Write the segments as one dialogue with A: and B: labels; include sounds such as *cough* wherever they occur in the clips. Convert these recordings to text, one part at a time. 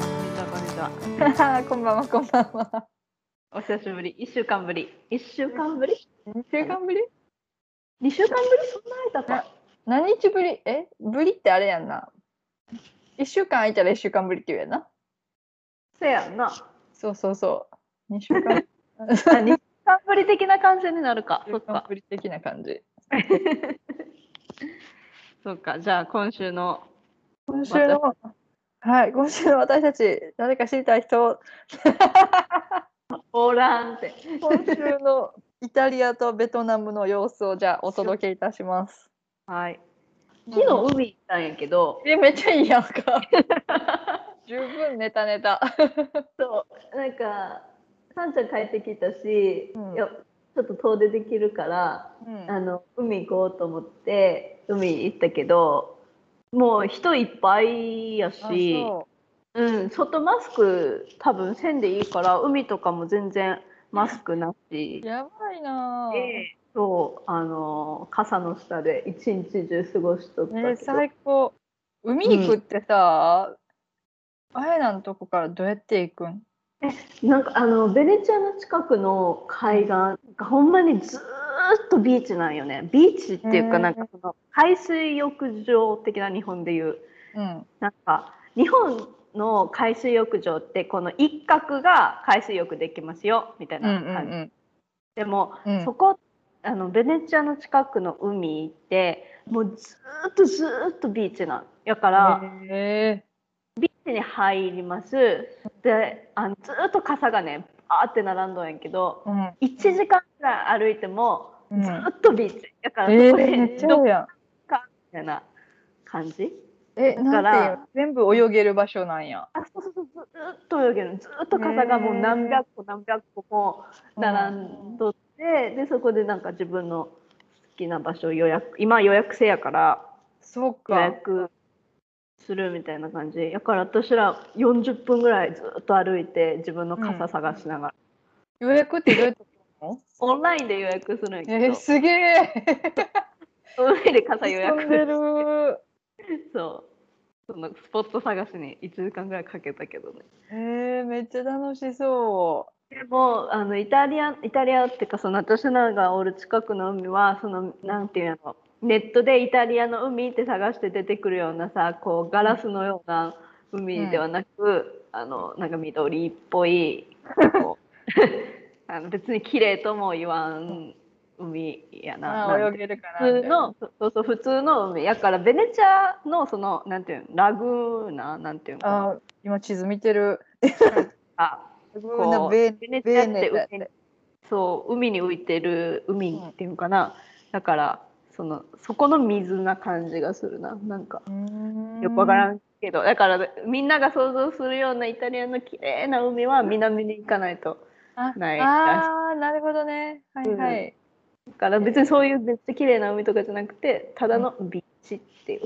A: は。
B: *laughs* こんばんは、こんばんは。
A: お久しぶり。一週間ぶり。一週間ぶり。
B: 2週間ぶり
A: 二週間ぶり。そんな間か。
B: 何日ぶりえぶりってあれやんな。1週間空いたら1週間ぶりって言うやんな。
A: せやんな。あ、
B: そうそうそう。2週間 *laughs*
A: 二週間ぶり的な感じになるか。
B: 二
A: そっ
B: 週間
A: か
B: ぶ。り的な感じ。
A: そっか。じゃあ今週の
B: 今週の、はい、今週の私たち、誰か知りたい人、
A: オーランって。
B: 今週の *laughs* イタリアとベトナムの様子をじゃあお届けいたします。
A: はい。昨日海行ったんやけど。
B: え、めっちゃいいやん *laughs* か。十分ネタネタ。
A: そう。なんかさんちゃん帰ってきたし、
B: うん
A: いやちょっと遠出できるから、
B: うん
A: あの海行こうと思って海行ったけど。もう人いっぱいや
B: あ
A: し。
B: そう
A: うん、外マスク多分せんでいいから海とかも全然マスクなし
B: やばいなぁ。
A: でそうあの傘の下で一日中過ごしとった
B: ね
A: けど、
B: え最高海行くってさ、あやなんとこからどうやって行くん
A: なんかあのベネチアの近くの海岸がほんまにずーっとビーチなんよねビーチっていう
B: へー
A: かなんかその海水浴場的な日本でいう
B: うん
A: なんか日本の海水浴場ってこの一角が海水浴できますよみたい
B: うんう
A: な感
B: ん
A: じ、
B: うん
A: でも
B: うん
A: そこあのベネチアの近くの海ってもうずーっとずーっとビーチなんやから、
B: へえ
A: ビーチに入りますであのずーっと傘がねあーって並んどんやけど
B: うんうん
A: 1時間ぐらい歩いてもずーっとビーチやから
B: えー
A: そこで
B: めっちゃえ
A: どっ
B: えやん
A: かみたいな感じ
B: え
A: だ
B: な
A: か
B: ん
A: ら
B: ていうの全部泳げる場所なんや
A: あそうそうそうずーっと泳げるずーっと傘がもう何百個何百個も並んどって、でそこでなんか自分の好きな場所を予約今予約制やから
B: そう
A: 予
B: か
A: 約するみたいな感じやから私ら40分ぐらいずっと歩いて自分の
B: うん
A: 傘探しながら、
B: 予約ってどうやって行く
A: オンラインで予約するんやけ
B: のえー、
A: ど
B: すげえ
A: オンラインで傘予
B: 飛んで
A: 約
B: る
A: そうそのスポット探しに1時間ぐらいかけたけどね
B: えー、めっちゃ楽しそ
A: でもあのイタリアイタリアっていうかその私らがおる近くの海はそのなんていうのネットでイタリアの海って探して出てくるようなさこうガラスのような海ではなく、あのなんか緑っぽいこう *laughs* あの別に綺麗とも言わん海や
B: う
A: な。
B: あ
A: な
B: ー泳
A: んて
B: げるかな
A: 普通のそうそう普通の海やからベネチアのそのなんていうのラグーナなんていうのかな
B: あー今地図見てる
A: あ
B: こ
A: こう
B: ベ
A: ベネチ
B: ベ
A: ア
B: ー
A: っ
B: ネ
A: て
B: だっ
A: 海に
B: て
A: そう海に浮いてる海っていうのかな、だからそのそこの水な感じがするななんかよくわから
B: ん
A: んけどだからみんなが想像するようなイタリアの綺麗な海は南に行かないと
B: あ
A: ない
B: あーなるほどねはいはい、
A: だから別にそういうめっちゃ綺麗な海とかじゃなくてただのビーチっていう、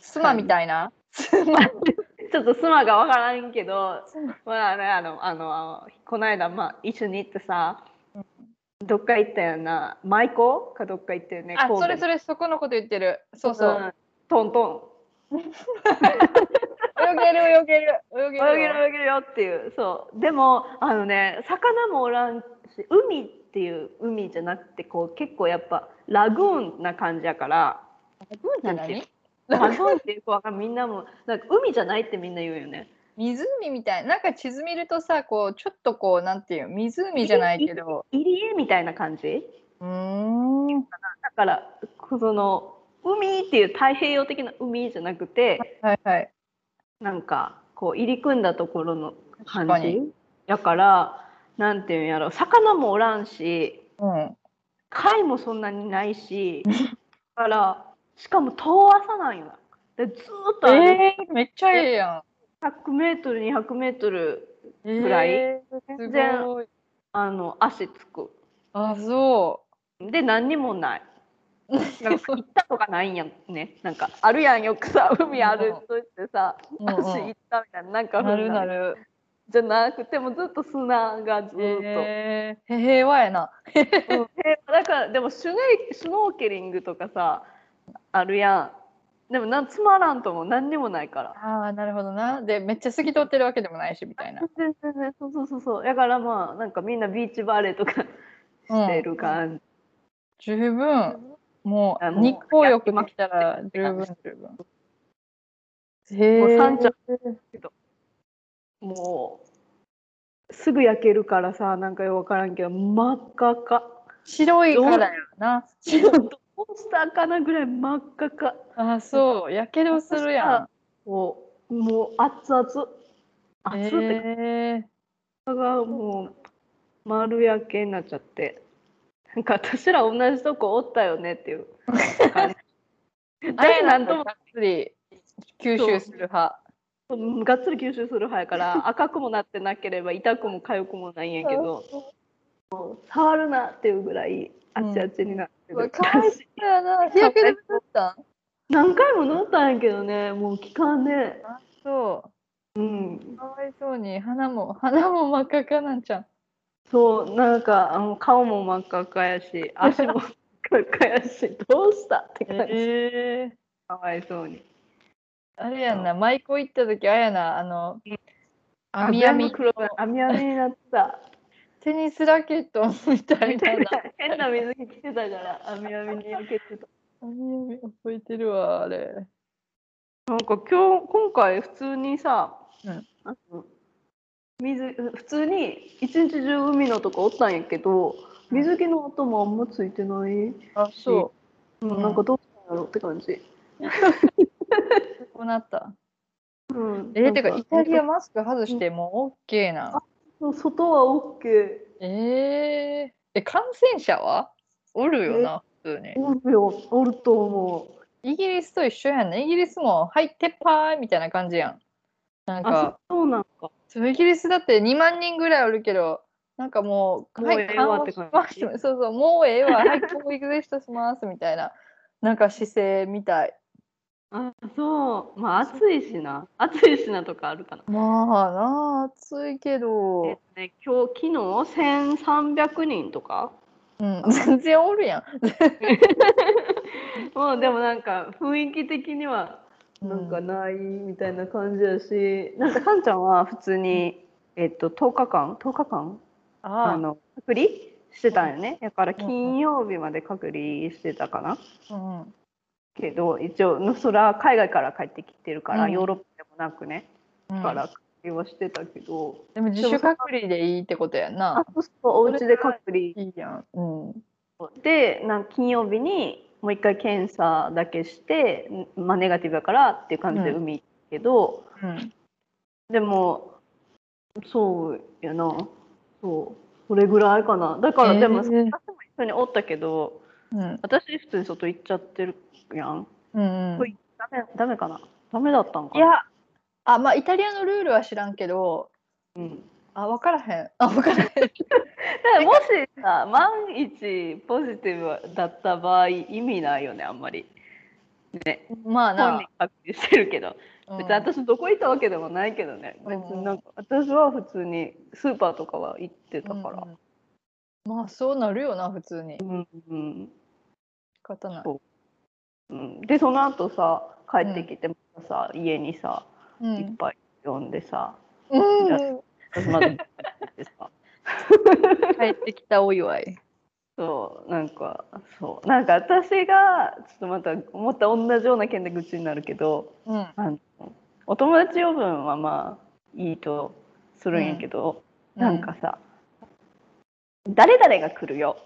B: スマみたいなスマ
A: ちょっと妻がわからんけどまあね、あの、あの、この間、まあ、一緒に行ってさ。どっか行ったよな、舞妓かどっか行ったよね。
B: あ
A: 神戸
B: それそれそこのこと言ってるそうそう、
A: んトント
B: 泳げる泳げる泳げ
A: ン。
B: るわ
A: 泳げる泳げるよっていう、そう、でも、あのね、魚もおらんし、海っていう海じゃなくて、こう、結構やっぱ。ラグーンな感じやから。
B: 何
A: なんていうラグーンっていう子は、みんなも、なんか海じゃないってみんな言うよね。
B: 湖みたいなんか地図見るとさこうちょっとこうなんていう湖じゃないけど
A: 入り江みたいな感じ。
B: うーん
A: だからその海っていう太平洋的な海じゃなくて
B: はいはい
A: なんかこう入り組んだところの感
B: 確か
A: じ
B: に
A: だからなんていうんやろ魚もおらんし
B: うん
A: 貝もそんなにないしだからしかも遠浅なんよでずーっと歩いて
B: えー、めっちゃええや
A: 100m200m
B: んえー
A: ぐらい
B: す
A: 全然
B: ごい
A: あの足つく
B: あそ
A: で何にもない。
B: う
A: なんか行ったとかないんやねなんかあるやんよくさ海歩いといてさ
B: うんうん
A: 足行ったみたいななんか
B: なるなる
A: じゃなくてもうずっと砂がずっと、
B: えー、平和やな
A: うんだからでもシュネイシュノーケリングとかさあるやんでもなつまらんとも何にもないから
B: ああ、なるほどな。で、めっちゃ透き通ってるわけでもないし、みたいな。
A: 全然全然そうそうそうそうだからまあなんかみんなビーチバレーとかしてる感じ、
B: 十分、も
A: あ
B: う
A: もう
B: 日光浴できたら十分、十分。へ
A: もう
B: え。
A: サンチャもうすぐ焼けるからさなんかよくわからんけど真っ赤っか
B: 白いからやな。
A: モンスターかなぐらい真っ赤っか
B: ああ、そう。やけどするや
A: もうもう熱々
B: ん。
A: 熱ってか
B: へえ。
A: もう丸焼けになっちゃってなんか私ら同じとこおったよねっていう *laughs* 感じ
B: あれ
A: 誰
B: な
A: なんん
B: とも
A: とも
B: がっつり吸収する派。
A: うんがっつり吸収する派やから
B: *laughs*
A: 赤くもなってなければ痛くも痒くもないんやけど触るなっていうぐらいあっちあっちになって
B: う
A: る、
B: わかわいそうやな。日焼け止めだったん
A: *laughs* 何回も乗ったんやけどねもう効かんね
B: そ
A: うん
B: う。かわいそうに。鼻も、 *laughs* 鼻も真っ赤かなんちゃん。
A: そうなんかあの顔も真っ赤っかや
B: *laughs*
A: し足も真っ赤っかやしどうしたって感じ、
B: へえ。
A: かわいそうに
B: あれやんな、舞妓行った時あれやな、あの、網やみ
A: 網黒が網網になってた
B: テニスラケット *laughs* みたい
A: みた。
B: ない
A: な *laughs*
B: *laughs*
A: 変な水着着てたから網網に受けてた
B: 網やみ覚えてるわ、あれ。
A: なんか今日今回普通にさ、
B: うん
A: あの水普通に一日中海のとこおったんやけど
B: うん
A: 水着の音もあんまついてない、
B: あ、そ
A: うん
B: うん
A: なんかどうしたんやろって感じ、
B: う。こうなった。
A: うん、
B: え
A: な
B: ー、
A: ん
B: てか、イタリアマスク外してもう OK な。
A: 外は OK
B: えー、え、感染者はおるよな、普通に。
A: おるよおると思う
B: イギリスと一緒やんね。イギリスも、はい、撤廃みたいな感じやん。なんか。
A: あそうなんか
B: そうイギリスだって2万人ぐらいおるけど、なんかもう、
A: もう
B: はい、
A: ええわって
B: 緩
A: 感
B: 和し
A: じ
B: ます。そうそう、もうええわ、はい、こうエクゼストしますみたいな、なんか姿勢みたい。
A: あそうまあ暑いしな暑いしなとかあるかな
B: まあなあ、暑いけ
A: えっ
B: ど、
A: とね今日昨日1300人とか
B: うん、全然おるや
A: もうでもなんか雰囲気的には
B: ん。
A: なんかないみたいな感じやし、なんかカンちゃんは普通に、えっと、10日間10日間あ
B: ああ、
A: の隔離してたんよね、だから金曜日まで隔離してたかな、
B: うんうん、
A: けど一応のそれは海外から帰ってきてるから、
B: うん
A: ヨーロッパでもなくね
B: うん
A: だから隔離はしてたけど、
B: でも自主隔離でいいってことやん
A: あ
B: な。
A: そうそうお家で隔離
B: いいやん。うん。
A: でなんか金曜日にもう一回検査だけして、んまあ、ネガティブやからっていう感じで
B: うん
A: 海行ったけど、
B: うん、
A: でもそうやなそうそれぐらいかなだから、
B: えー
A: でも私も一緒におったけど
B: うん。
A: 私普通に外行っちゃってるやん
B: うんう
A: ほ
B: ん。
A: いダメダメかなダメだったんか
B: い
A: な
B: や、あ、まあ、イタリアのルールは知らんけど、
A: うん、
B: あ、分からへん。あ、分からへん。
A: だからもしさ万一ポジティブだった場合意味ないよねあんまり
B: まあ
A: 本
B: な
A: 人。確認してるけど
B: うん
A: 別に私どこ行ったわけでもないけどね別になんか私は普通にスーパーとかは行ってたから
B: うんうんまあそうなるよな普通に仕
A: うん、うん
B: 方ない
A: そ、うん、でその後さ帰ってきてまたさ、家にさ
B: う
A: いっ
B: ん
A: ぱい呼んでさ、
B: うん
A: じゃ私まず行ってさ *laughs*
B: 帰ってきたお祝い
A: そうなんかそうなんか私がちょっとまたまた同じような件で愚痴になるけど
B: うん
A: あのお友達呼分はまあいいとするんやけど、なんかさ、誰々が来るよ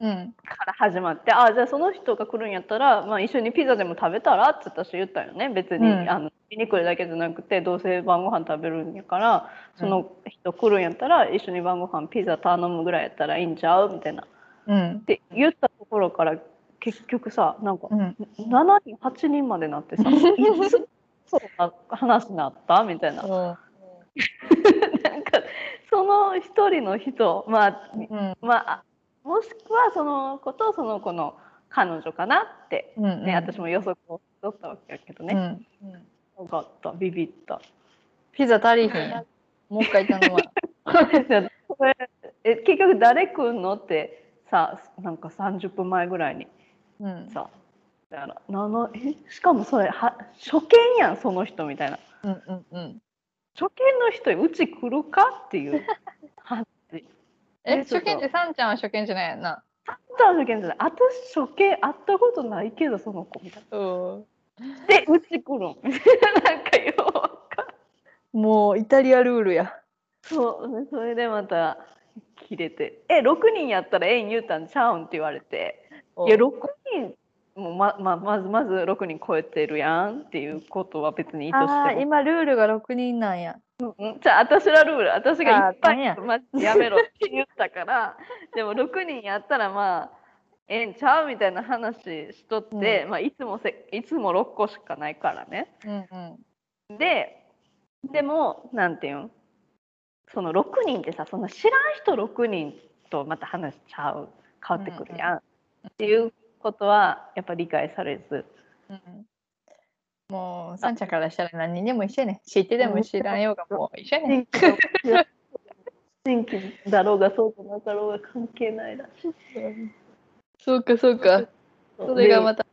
B: うん
A: から始まってあじゃあその人が来るんやったら、まあ、一緒にピザでも食べたらって私言ったよね別に、
B: うん
A: あの見に来るだけじゃなくてどうせ晩ご飯食べるんやからその人来るんやったら一緒に晩ご飯ピザ頼むぐらいやったらいいんちゃうみたいなっ
B: うん
A: て言ったところから結局さなんか
B: うん
A: 7人8人まで
B: *laughs*
A: なってさいつそうな話になったみたいななんかその一人の人まあ
B: うん
A: まあ、もしくはその子とその子の彼女かなって、
B: うん
A: ね私も予測を取ったわけやけど
B: う
A: ね、
B: んうん
A: よかったビビった
B: ピザ足りひんもう一回
A: *laughs*
B: 頼まな
A: これえ結局誰来んのってさなんか30分前ぐらいに
B: うん
A: さだからなのえしかもそれは初見やんその人みたいな
B: うんうんうん。
A: 初見の人うち来るかっていう
B: *laughs*
A: は
B: え、
A: ねち
B: 初
A: ょっ
B: 見っ
A: と
B: てさんちゃんは初見じゃないやんな。
A: た初見じゃない私初見会ったことないけどその子みたい
B: うん。
A: なでうち来るん *laughs* なんかようわかん
B: もうイタリアルールや。
A: そうそれでまた切れて「え6人やったらええん言うたんちゃうん?」って言われていや6人もまままずまず6人超えてるやんっていうことは別に意図
B: ああ
A: して
B: ー
A: も
B: 今ルールが6人なんや。
A: うんじゃあ私らルール私がいっぱ
B: あー大変や
A: いマジでやめろって言ったからでも6人やったらまあええんちゃうみたいな話しとって、まあ、いつもせいつも6個しかないからね
B: うんうん。
A: ででもなんていうんその6人ってさその知らん人6人とまた話しちゃう変わってくるやん、っていうことはやっぱ理解され *laughs* ず。
B: もうさんちゃんからしたら何人でも一緒やねん。知ってでも知らんようがもう一緒やねん。
A: 新規の新規だろうがそうじゃなかろうが関係ないらしい。
B: *laughs* そうかそうか。それがまた。
A: で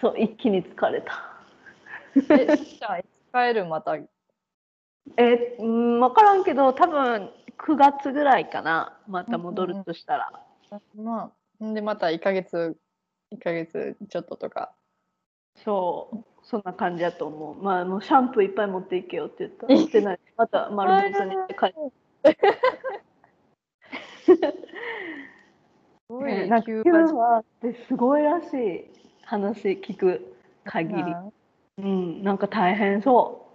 A: そう一気に疲れた。
B: え、じゃあ帰るまた。
A: えー、うん分からんけど多分9月ぐらいかなまた戻るとしたら。
B: まあ、んでまた1ヶ月、1ヶ月ちょっととか。
A: そうそんな感じだと思う。まあもうシャンプーいっぱい持っていけよって言 *laughs* ったら持ってない。また丸坊主にして帰る。
B: すご
A: ね
B: い、
A: なんか
B: 急
A: 今はってすごいらしい話聞く限り。うん、なんか大変そ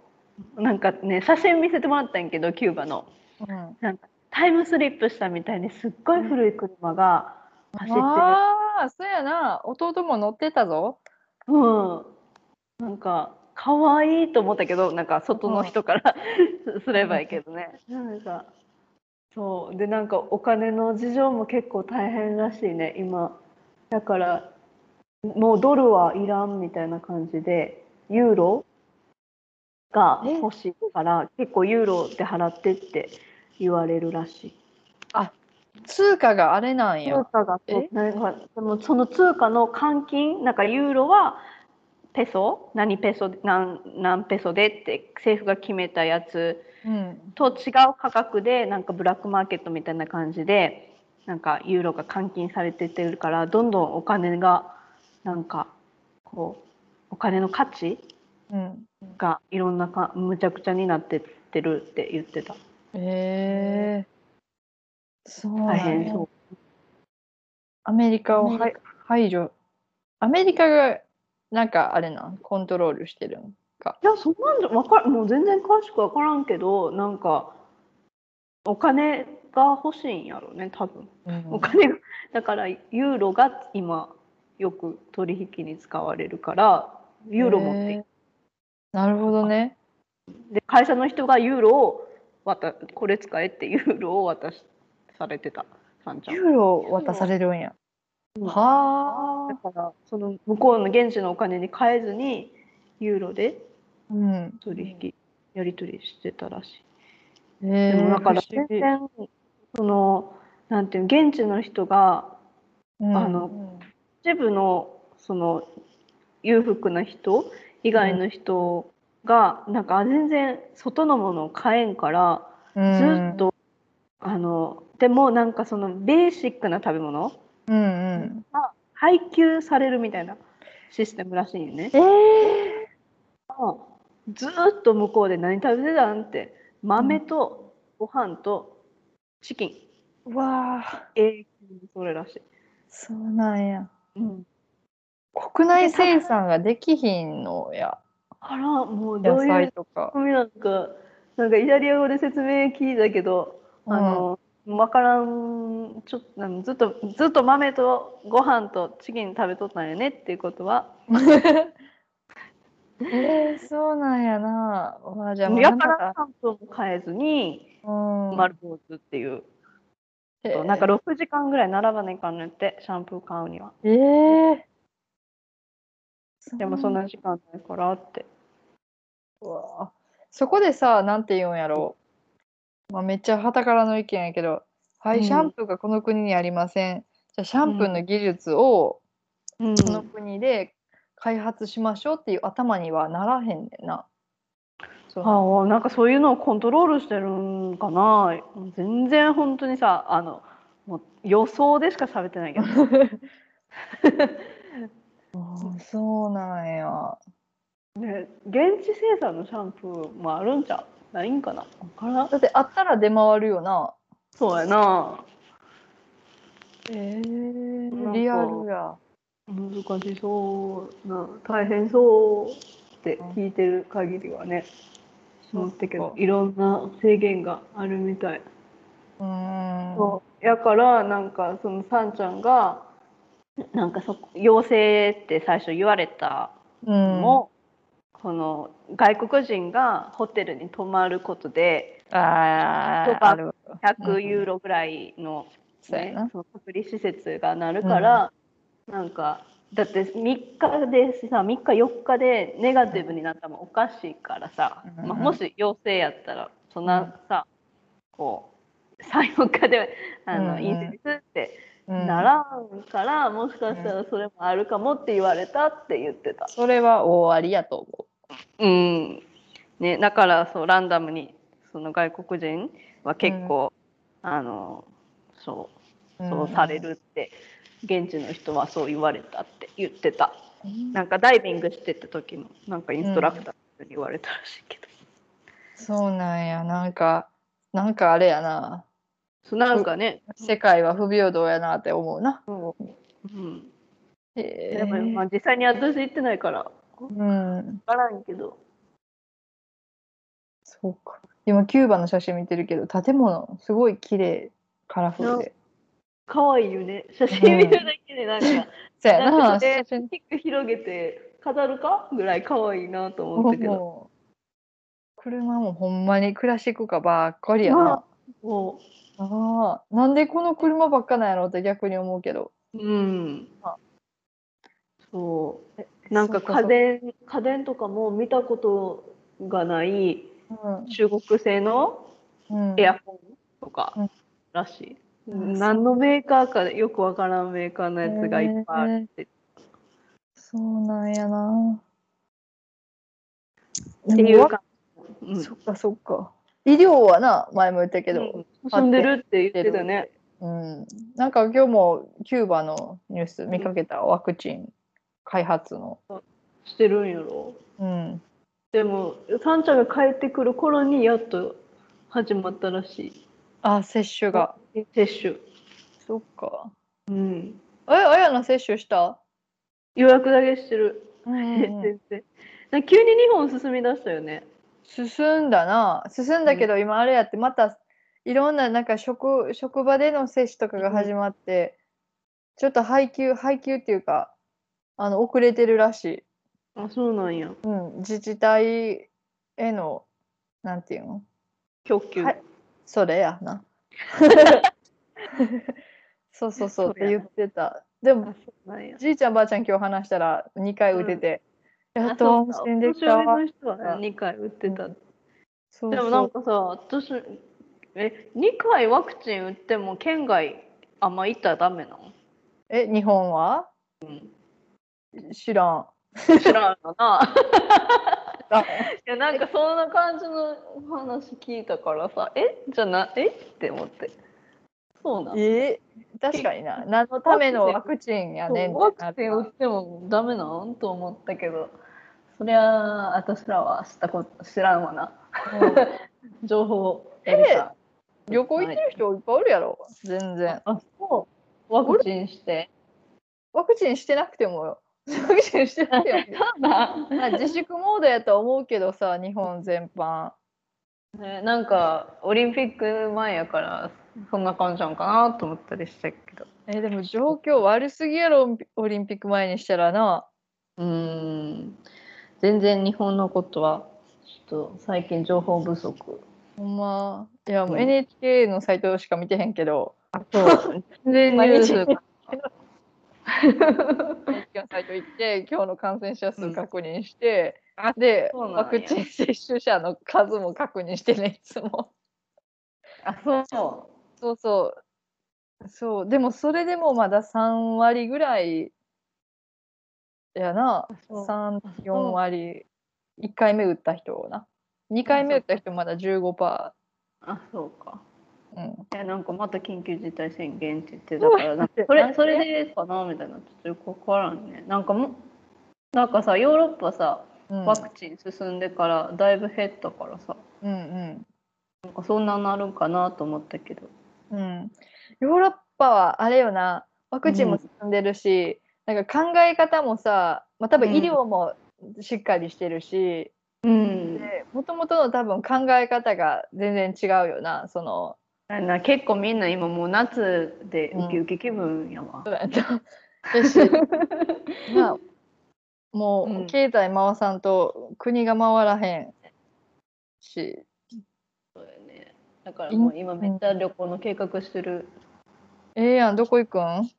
A: う。なんかね写真見せてもらったんやけどキューバの
B: うん。
A: タイムスリップしたみたいにすっごい古い車が走ってる、
B: ああ、そうやな。弟も乗ってたぞ。
A: うん、なんか可愛いと思ったけどなんか外の人からすればいいけどね。なんかそうでなんかお金の事情も結構大変らしいね今だからもうドルはいらんみたいな感じでユーロが欲しいから結構ユーロで払ってって言われるらしい。
B: 通貨があれなん
A: 通
B: や。
A: 貨がこ
B: え
A: うなんかそのその通貨の換金なんかユーロはペソ何ペソで何何ペソでって政府が決めたやつ
B: うん。
A: と違う価格でなんかブラックマーケットみたいな感じでなんかユーロが換金されてってるからどんどんお金がなんかこうお金の価値
B: うん。
A: がいろんなかむちゃくちゃになってってるって言ってた
B: ええそうなん
A: 大
B: や
A: 変そう
B: アメリカを
A: アメ
B: は排除。アメリカがなんかあれなんコントロールしてるんか。
A: いや、そんなんじゃ、わかる、もう全然詳しくわからんけど、なんか。お金が欲しいんやろね、多分。お金が、だから、ユーロが今。よく取引に使われるから。ユーロ持ってい
B: へえなるほどね。
A: で、会社の人がユーロを。渡、これ使えってユーロを渡し。されてた。さんちゃん
B: ユーロを渡されるんや。
A: うん
B: は
A: だ
B: あ。
A: から、その向こうの現地のお金に変えずに。ユーロで
B: うん。
A: 取引。やり取りしてたらしい。
B: え
A: でもだから
B: 不思
A: 全
B: 議
A: 然そのなんていうの現地の人が
B: うん
A: あの一部のその裕福な人以外の人が、なんか全然外のものを買えんからずっと、あのでもなんかそのベーシックな食べ物
B: うんうん。
A: 配給されるみたいなシステムらしいよね。
B: ええ
A: ずーっと向こうで何食べてたんって豆とご飯とチキン
B: わあ。
A: 永久にそれらしい。
B: そうなんや。
A: うん
B: 国内生産ができひんのや。
A: あら、もうど
B: 野
A: うい
B: 菜
A: う
B: とか。
A: 仕組みなんか、なんかイタリア語で説明聞いたけど、あの、わからん、ちょっと、あのずっと、ずっと豆とご飯とチキン食べとったんやねっていうことは、
B: えー、そうなんやな。わあじゃあ、
A: やか
B: ま
A: ら
B: だ
A: 関東も変えずに、
B: うん
A: 丸坊主っていう、
B: えー
A: なんか6時間ぐらい並ばねいかんねって、シャンプー買うには。
B: えー、
A: でもそんな時間ないからって。
B: うわそこでさなんて言うんやろう、まあ、めっちゃはたからの意見やけど「は
A: うん
B: いシャンプーがこの国にありません」じゃあシャンプーの技術を
A: うん
B: この国で開発しましょうっていう頭にはならへんねんな。そう
A: ああなんかそういうのをコントロールしてるんかな全然本当にさあのもう予想でしか喋ってないけど
B: あそうなんや。
A: 現地生産のシャンプーもあるんじゃうないんかなわからん
B: だってあったら出回るよな。
A: そうやな
B: え
A: なんか
B: リアルや。
A: 難しそうな大変そうって聞いてる限りはね思ったけどいろんな制限があるみたい。
B: うーん。
A: そうやからなんかそのさんちゃんがなんかそこ陽性って最初言われた
B: う
A: の
B: ん。
A: も、この外国人がホテルに泊まることで
B: あ
A: と
B: ー
A: か
B: ある。
A: 100ユーロぐらいの,、
B: そうや
A: ね
B: な。
A: その隔離施設がなるから、なんかだって3日でさ3日4日でネガティブになったらもうおかしいからさ、
B: うん
A: まあ、もし陽性やったらそんなさ、こう34日であ
B: うん
A: の、陰性ですって。
B: うん
A: ならんからもしかしたらそれもあるかもって言われたって言ってた。
B: それは終わりやと思
A: うんね、だからそうランダムにその外国人は結構、あのそう
B: う。
A: そうんされ。るって、現地の人はそう言われたって言ってた
B: うん
A: なんかダイビングしてた時のなんかインストラクターに言われたらしいけど、
B: そうなんや。なんか、なんかあれやな。
A: そうなんかね、
B: 世界は不平等やなって思うな。
A: うん、
B: へ
A: で
B: ー
A: も、まあ、実際に私行ってないから
B: うん。
A: 分からんけど
B: そうか。今、キューバの写真見てるけど、建物、すごい綺麗カラフルで。
A: 可愛いよね写真見るだけでなんか。
B: そうや
A: な
B: な。
A: んかそれ
B: 写真
A: ピック広げて飾るかぐらい可愛いなと思
B: も
A: っ
B: う
A: たけど、
B: もう車もほんまにクラシックカーばっかりやな。
A: も
B: ああ、なんでこの車ばっかなんやろって逆に思うけど。
A: う、うん
B: あ、
A: そう、なんか
B: そうか
A: 家電家電とかも見たことがない中国製の
B: うん、うん
A: エアコンとか
B: うん
A: らしい。
B: うん
A: 何のメーカーかよくわからんメーカーのやつがいっぱいあって、
B: そうなんやな。
A: ってい
B: でも
A: う
B: わ
A: か、うん、
B: そっかそっか。医療はな、前も言ったけ
A: う
B: ど
A: ん、進んでるって言ってたね。
B: うん、なんか今日もキューバのニュース見かけた、ワクチン開発の。
A: してるんやろ。
B: うん、
A: でも、サンちゃんが帰ってくる頃にやっと始まったらしい。
B: あ、接種が。
A: 接種、
B: そっか。
A: うん、
B: え、あやな接種した
A: 予約だけしてる、
B: うん
A: 全然なんか急に日本進み出したよね
B: 進んだな進んだけど今あれやってまたいろんななんか職職場での接種とかが始まって、ちょっと配給配給っていうかあの遅れてるらし
A: あそうなんや
B: い、うん、自治体へのなんていうの
A: 供給、
B: はいそれや *laughs* なそうそうそうっ
A: そ
B: て
A: れ
B: 言
A: やな
B: ってたで
A: あそ
B: も
A: うなんや
B: じいちゃんばあちゃん今日話したら2回打てて、やっと
A: あそう
B: 安心で
A: か
B: き
A: お
B: た
A: 年寄りの人は2回打ってた、
B: うんそう
A: で
B: そ
A: も
B: う
A: なんかさ私え2回ワクチン打っても県外あんま行ったらダメなの
B: え日本は、知らん
A: 知らんのな *laughs*
B: あ
A: いやなんかそんな感じのお話聞いたからさえじゃなえって思ってそうな
B: *laughs*
A: ん
B: えー確かにな何のためのワクチンやねん
A: ワ
B: ってな
A: ク
B: る
A: チン打ってもダメなんと思ったけどそりゃあ私らは知ったこと知らんわな情報を得れた
B: うん旅行行ってる人いっぱいおるやろ全然
A: あそうワクチンして
B: ワクチンしてなくてもよワクチンしてなくてもよ *laughs* まあ自粛モードやとは思うけどさ日本全般
A: ねなんかオリンピック前やからそんな感じなんかなと思ったりしたけど
B: えーでも状況悪すぎやろオリンピック前にしたらな
A: うーん全然日本のことはちょっと最近情報不足
B: ほんまいやも
A: う
B: うん NHK のサイトしか見てへんけど
A: そう全然ニュースが
B: NHK のサイト行って今日の感染者数確認して、で
A: そうなんや
B: ワクチン接種者の数も確認してねいつも。
A: *laughs* あそう
B: そうそう。そう。でもそれでもまだ3割ぐらいやな
A: そう
B: 34割1回目打った人な2回目打った人まだ15%パ
A: あそうか
B: ー、うん、
A: いやなんかまた緊急事態宣言って言ってだから *laughs* なんかそ
B: なん
A: れ
B: で
A: それでかなみたいなちょっとよくわからんねなんかもなんかさヨーロッパさ
B: うん、
A: ワクチン進んでからだいぶ減ったからさ、
B: うんうん
A: なんかそんななるんかなと思ったけど
B: うん、ヨーロッパはあれよなワクチンも進んでるし、なんか考え方もさ、まあ、多分医療もしっかりしてるし
A: うん
B: もともとの多分考え方が全然違うよなその
A: あな結構みんな今もう夏で
B: うん
A: ウキウキ気分やわ、
B: やしまあも
A: うん
B: う経済回さんと国が回らへんし、
A: そうだよねだからもう今めっちゃ旅行の計画してる
B: ええやんどこ行くん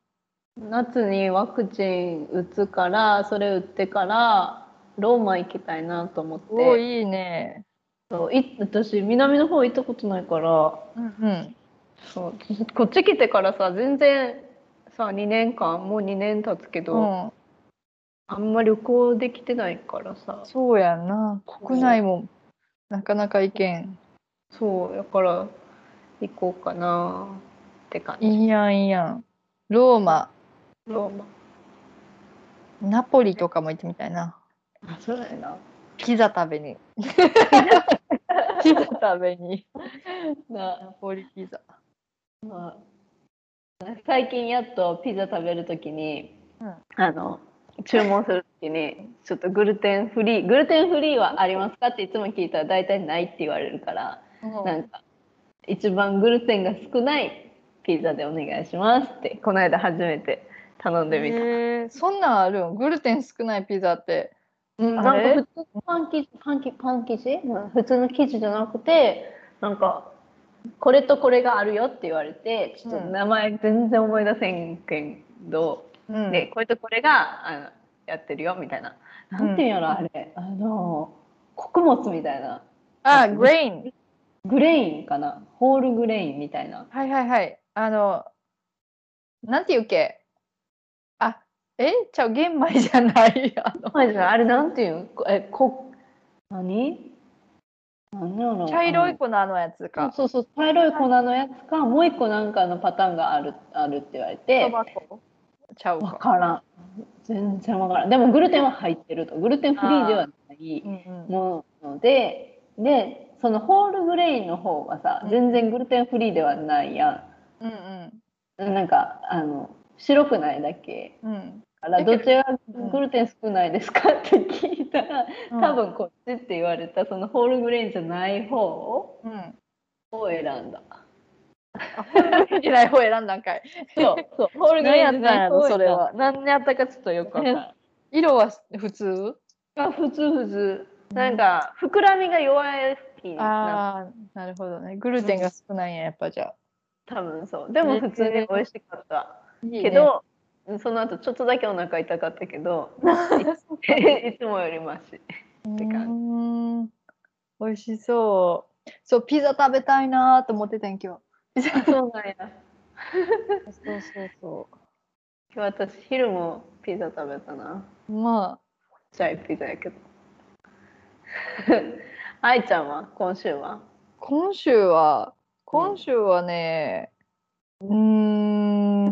A: 夏にワクチン打つからそれ打ってからローマ行きたいなと思って
B: おいいね
A: そうい私南の方行ったことないから
B: うんうん
A: そうこっち来てからさ全然さ2年間もう2年経つけど、
B: うん、
A: あんま旅行できてないからさ
B: そうやんな国内もなかなか行けん
A: そうだから行こうかなって感じ
B: いいやんいいやんローマ
A: ローマ
B: ナポリとかも行ってみたいな
A: あそうだよな
B: ピザ食べにピザ食べにナ
A: な
B: ポリピザ
A: 最近やっとピザ食べるときに、
B: うん
A: あの注文するときにちょっとグルテンフリーグルテンフリーはありますかっていつも聞いたら大体ないって言われるからなんか一番グルテンが少ないピザでお願いしますってこの間初めて頼んでみた、
B: へーそんなんあるんグルテン少ないピザって
A: うん
B: あ
A: なんか
B: れ
A: 普通のパン生地パン生パン生地うん普通の生地じゃなくてなんかこれとこれがあるよって言われてちょっと
B: うん
A: 名前全然思い出せんけんど、
B: うん
A: でこれとこれがあのやってるよみたいななんていうんやろあれあの穀物みたいな
B: あグレイン
A: グレインかなホールグレインみたいな
B: はいはいはいあのなんていうっけあえちゃう玄米じゃないあの
A: はいあれなんていうんこえこ何何やろ
B: 茶色い粉のあのやつ
A: あの
B: か
A: そうそう茶色い粉のやつかもう一個なんかのパターンがあるあるって言われて
B: 粉ちゃう
A: わ
B: か、
A: からん全然わからんでもグルテンは入ってるとグルテンフリーではない
B: うんうん
A: ものででそのホールグレインの方はさ
B: うん
A: 全然グルテンフリーではないや
B: うんうん
A: んなんかあの白くないだけ
B: うん
A: から
B: だけ
A: ど
B: ど
A: っちがグルテン少ないですかって聞いたら
B: うん
A: 多分こっちって言われたそのホールグレインじゃない方を
B: うん
A: 選んだ。
B: 嫌ない方選んだんかい
A: そうそうホールグ
B: 何
A: レイ
B: や
A: ン
B: っ
A: じ
B: たんや
A: ゃない方を
B: ろ
A: 選
B: そ
A: んだ
B: れは何やったかちょっとよくわからん色は普通
A: あ普通普通なんか膨らみが弱いピンな
B: ああなるほどねグルテンが少ないんややっぱじゃあ
A: 多分そうでも普通に美味しかった
B: いいね
A: けどその後ちょっとだけお腹痛かったけ *laughs* どいつもよりマシって感じ
B: じ。美味しそう。そう、ピザ食べたいなーと思ってたん今
A: あそうなんや今
B: 日。そうそうそ
A: 日私昼もピザ食べたな
B: う。ま
A: ちっちゃいピザやけど *laughs* 愛ちゃんは今週は
B: あ、今週は、今週はね、うーん、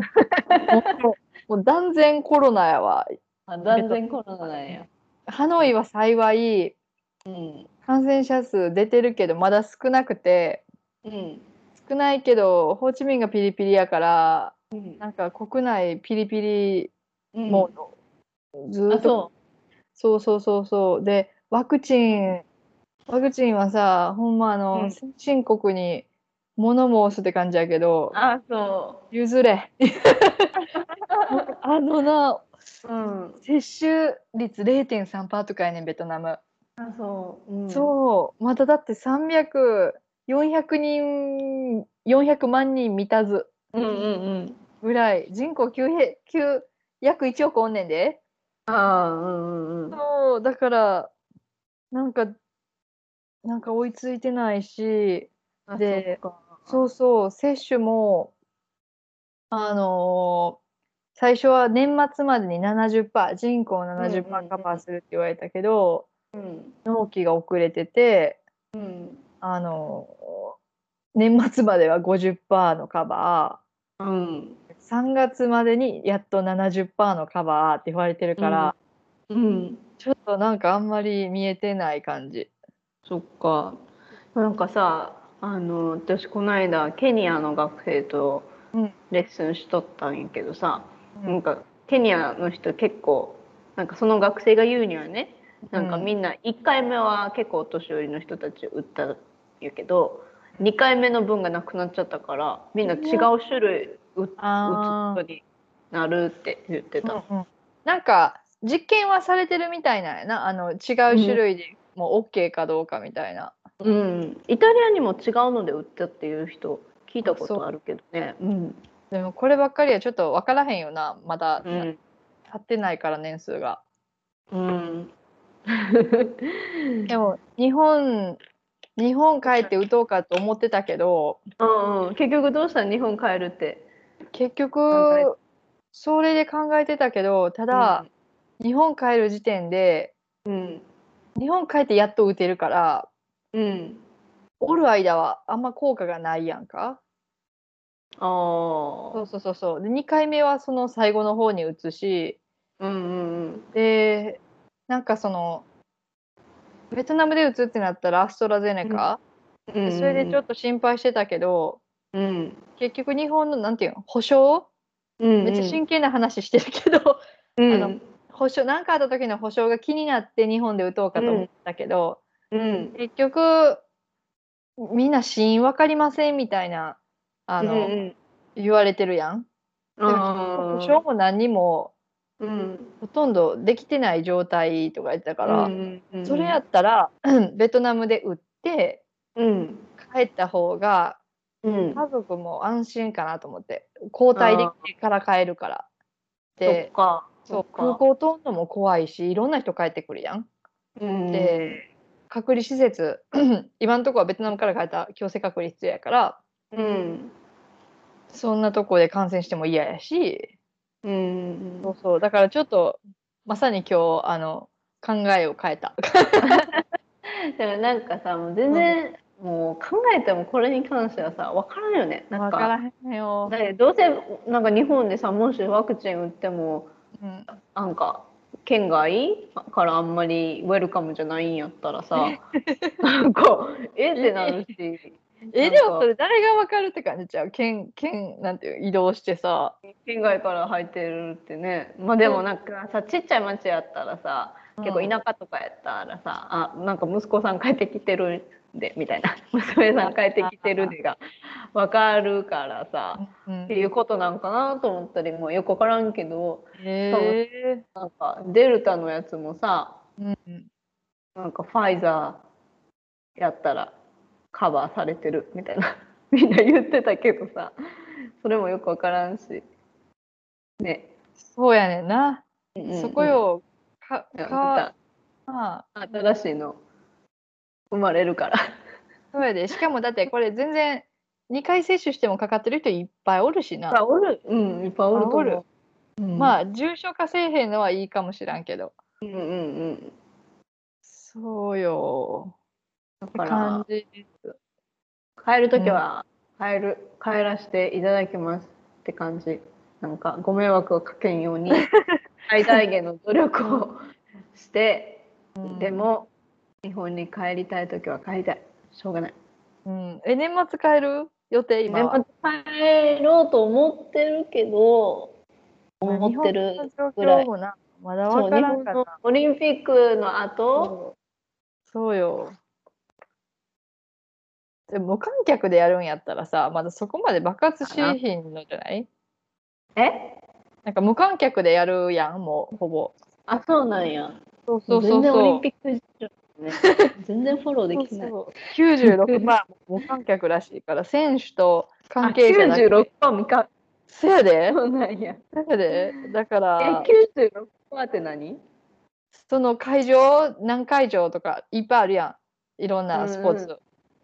B: *laughs* もうもう断然コロナやわ。
A: あ断然コロナなんや
B: ハノイは幸い、
A: うん
B: 感染者数出てるけど、まだ少なくて、
A: うん
B: 少ないけど、ホーチミンがピリピリやから、
A: うん
B: なんか国内ピリピリ
A: うん
B: モード、ずー
A: あ
B: っとそ
A: そ
B: うそうそうそう。で、ワクチン、ワクチンはさ、ほんまあの、
A: うん
B: 先進国に物申すって感じやけど
A: う、あそ
B: 譲れ。 *laughs* あのな、
A: ううん
B: 接種率0.3%とかやねん、ベトナム。
A: あそう、うん、
B: そう、まただって300、400人、400万人満たず
A: うんうんうん
B: ぐらい、人口9、9約1億おんねんで。
A: ああうんうんうん
B: そうだからなんかなんか追いついてないし
A: あ
B: で
A: そっか
B: そうそう接種もあの最初は年末までに70%人口を
A: うんうんうん
B: 70%カバーするって言われたけど、
A: うん
B: 納期が遅れてて
A: うん
B: あの年末までは50%のカバ
A: うん
B: ー3月までにやっと70%のカバーって言われてるから、
A: うん
B: ちょっとなんかあんまり見えてない感じ。
A: そっかなんかさあの私この間ケニアの学生と
B: うん
A: レッスンしとったんやけどさ、
B: う
A: なんかケニアの人結構なんかその学生が言うにはねなんかみんな1回目は結構お年寄りの人たち売ったんやけど2回目の分がなくなっちゃったからみんな違う種類打つ
B: あ
A: ことになるって言ってた。
B: うんうんなんか実験はされてるみたいなんやなあの違う種類でもう OK かどうかみたいな、
A: うん、イタリアにも違うので売ったっていう人聞いたことあるけどね。うん、
B: でもこればっかりはちょっと分からへんよなまだ
A: う
B: 経
A: ん、
B: ってないから年数が、
A: うん、
B: でも日本日本帰って打とうかと思ってたけど
A: うん、結局どうした日本帰るって。
B: 結
A: 考え
B: 局それで考えてたけどただ、日本帰る時点で
A: うん、
B: 日本帰ってやっと打てるから
A: うん、
B: おる間はあんま効果がないやんか。
A: ああ
B: そう、そうそうそう。で2回目はその最後の方に打つし
A: うん、うん、
B: でなんかそのベトナムで打つってなったらアストラゼネカ、
A: う
B: で
A: ん、
B: それでちょっと心配してたけど
A: うん、
B: 結局日本のなんていうの保証
A: うん、
B: めっちゃ真剣な話してるけど、 *laughs*
A: うん、
B: あの保証なんかあった時の保証が気になって日本で打とうかと思ったけど、
A: うん、
B: 結局みんな死因分かりませんみたいなあの、
A: うんうん
B: 言われてるやん。だから保証も何にも
A: うん、
B: ほとんどできてない状態とか言ってたから、
A: うんうん、
B: それやったら *clears throat* ベトナムで売って
A: うん、
B: 帰った方が
A: うん、
B: 家族も安心かなと思って交代できてから帰るから
A: そっ
B: で
A: か、
B: そう
A: っか
B: 空、港飛んのも怖いしいろんな人帰ってくるやん。
A: うん、
B: で隔離施設 *clears throat* 今のところはベトナムから帰った強制隔離必要やから
A: うん、
B: そんなとこで感染しても嫌やし
A: うん、
B: そうそうだからちょっとまさに今日あの考えを変えた。
A: だからなんかさもう全然、もう考えてもこれに関してはさ分からんよねなん
B: わ
A: か
B: からへんよ
A: だ。ってどうせなんか日本でさもしワクチン打っても
B: うん
A: なんか県外からあんまりウェルカムじゃないんやった
B: *laughs*
A: らさなんかえってなるし
B: え
A: なん
B: で
A: か
B: もそれ誰がわかるって感じちゃう県県なんていう移動してさ
A: 県外から入ってるってねまあでもなんかさちっちゃい町やったらさ結構田舎とかやったらさ、あなんか息子さん帰ってきてるでみたいな *laughs* 娘さん帰ってきてるでが分かるからさ、
B: うん
A: っていうことなんかなと思ったりもよく分からんけど
B: へ
A: なんかデルタのやつもさ
B: ーうん
A: なんかファイザーやったらカバーされてるみたいな *laughs* みんな言ってたけどさそれもよく分からんしね、
B: そうやねんな、
A: うんうん
B: そこよか
A: うん
B: かまあ
A: また新しいの生まれるから
B: そうやでしかもだって
A: *laughs*
B: これ全然2回接種してもかかってる人いっぱいおるしな、
A: あおるうんいっぱいおると思
B: あおる
A: う、うん、
B: ま
A: あ
B: あ重症化せえへんのはいいかもしらんけど
A: うんうんうん
B: そうよ
A: だか
B: 感
A: ら
B: じです
A: 帰る時は帰る、帰らせていただきますって感じなんかご迷惑をかけんよう
B: *laughs*
A: に最大限の努力をしてでも日本に帰りたい時は帰りたいしょうがない
B: うんえ年末帰る予定今
A: 年
B: は
A: 末帰ろうと思ってるけど思っ
B: 日
A: て
B: 本
A: る
B: の
A: ぐ
B: 状
A: ら
B: 況
A: い
B: もなまだ
A: そ
B: わ
A: う
B: か
A: 日
B: らん
A: 本
B: か
A: の
B: ら
A: オリンピックの後
B: そうよ。でも無観客でやるんやったらさ、まだそこまで爆発しひんのじゃない
A: え
B: なんか無観客でやるやん、もうほぼ。
A: あそうなんや
B: そうそうそう
A: 全然オリ
B: そ
A: ン
B: う。
A: ピックじゃ
B: *laughs*
A: ね全然フォローできない
B: そう96%も
A: *laughs*
B: 無観客らしいから、選手と関係者だけ。
A: 96%未か
B: せやで、
A: そうなんや
B: せやで。だか
A: え
B: ら、
A: 96%って何
B: その会場、何会場とかいっぱいあるやん。いろんなスポーツ。
A: うん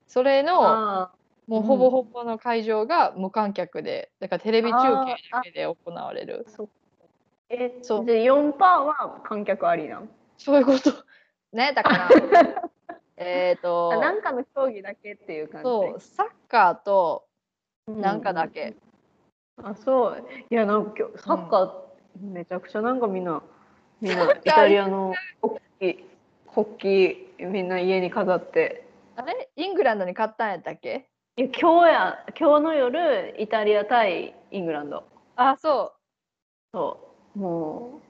B: それの、
A: あ
B: もうほぼほぼの会場が無観客で、だからテレビ中継だけで行われる
A: あ。そっえ
C: そ
A: そううじゃあ4パーは観客ありなん
C: そういうこと。
B: ねだ
A: *laughs*
B: からえっと
A: あなんかの競技だけっていう感じ
B: そうサッカーと
A: う
B: なんかだけ、
A: あそういやなんか今日サッカー、めちゃくちゃなんかみんなみ *laughs* んなイ
B: カー
A: タリアの国旗国旗みんな家に飾って
B: あれイングランドに勝ったんやったっけ
A: いや今日や今日の夜イタリア対イングランド
B: あそう
A: そうも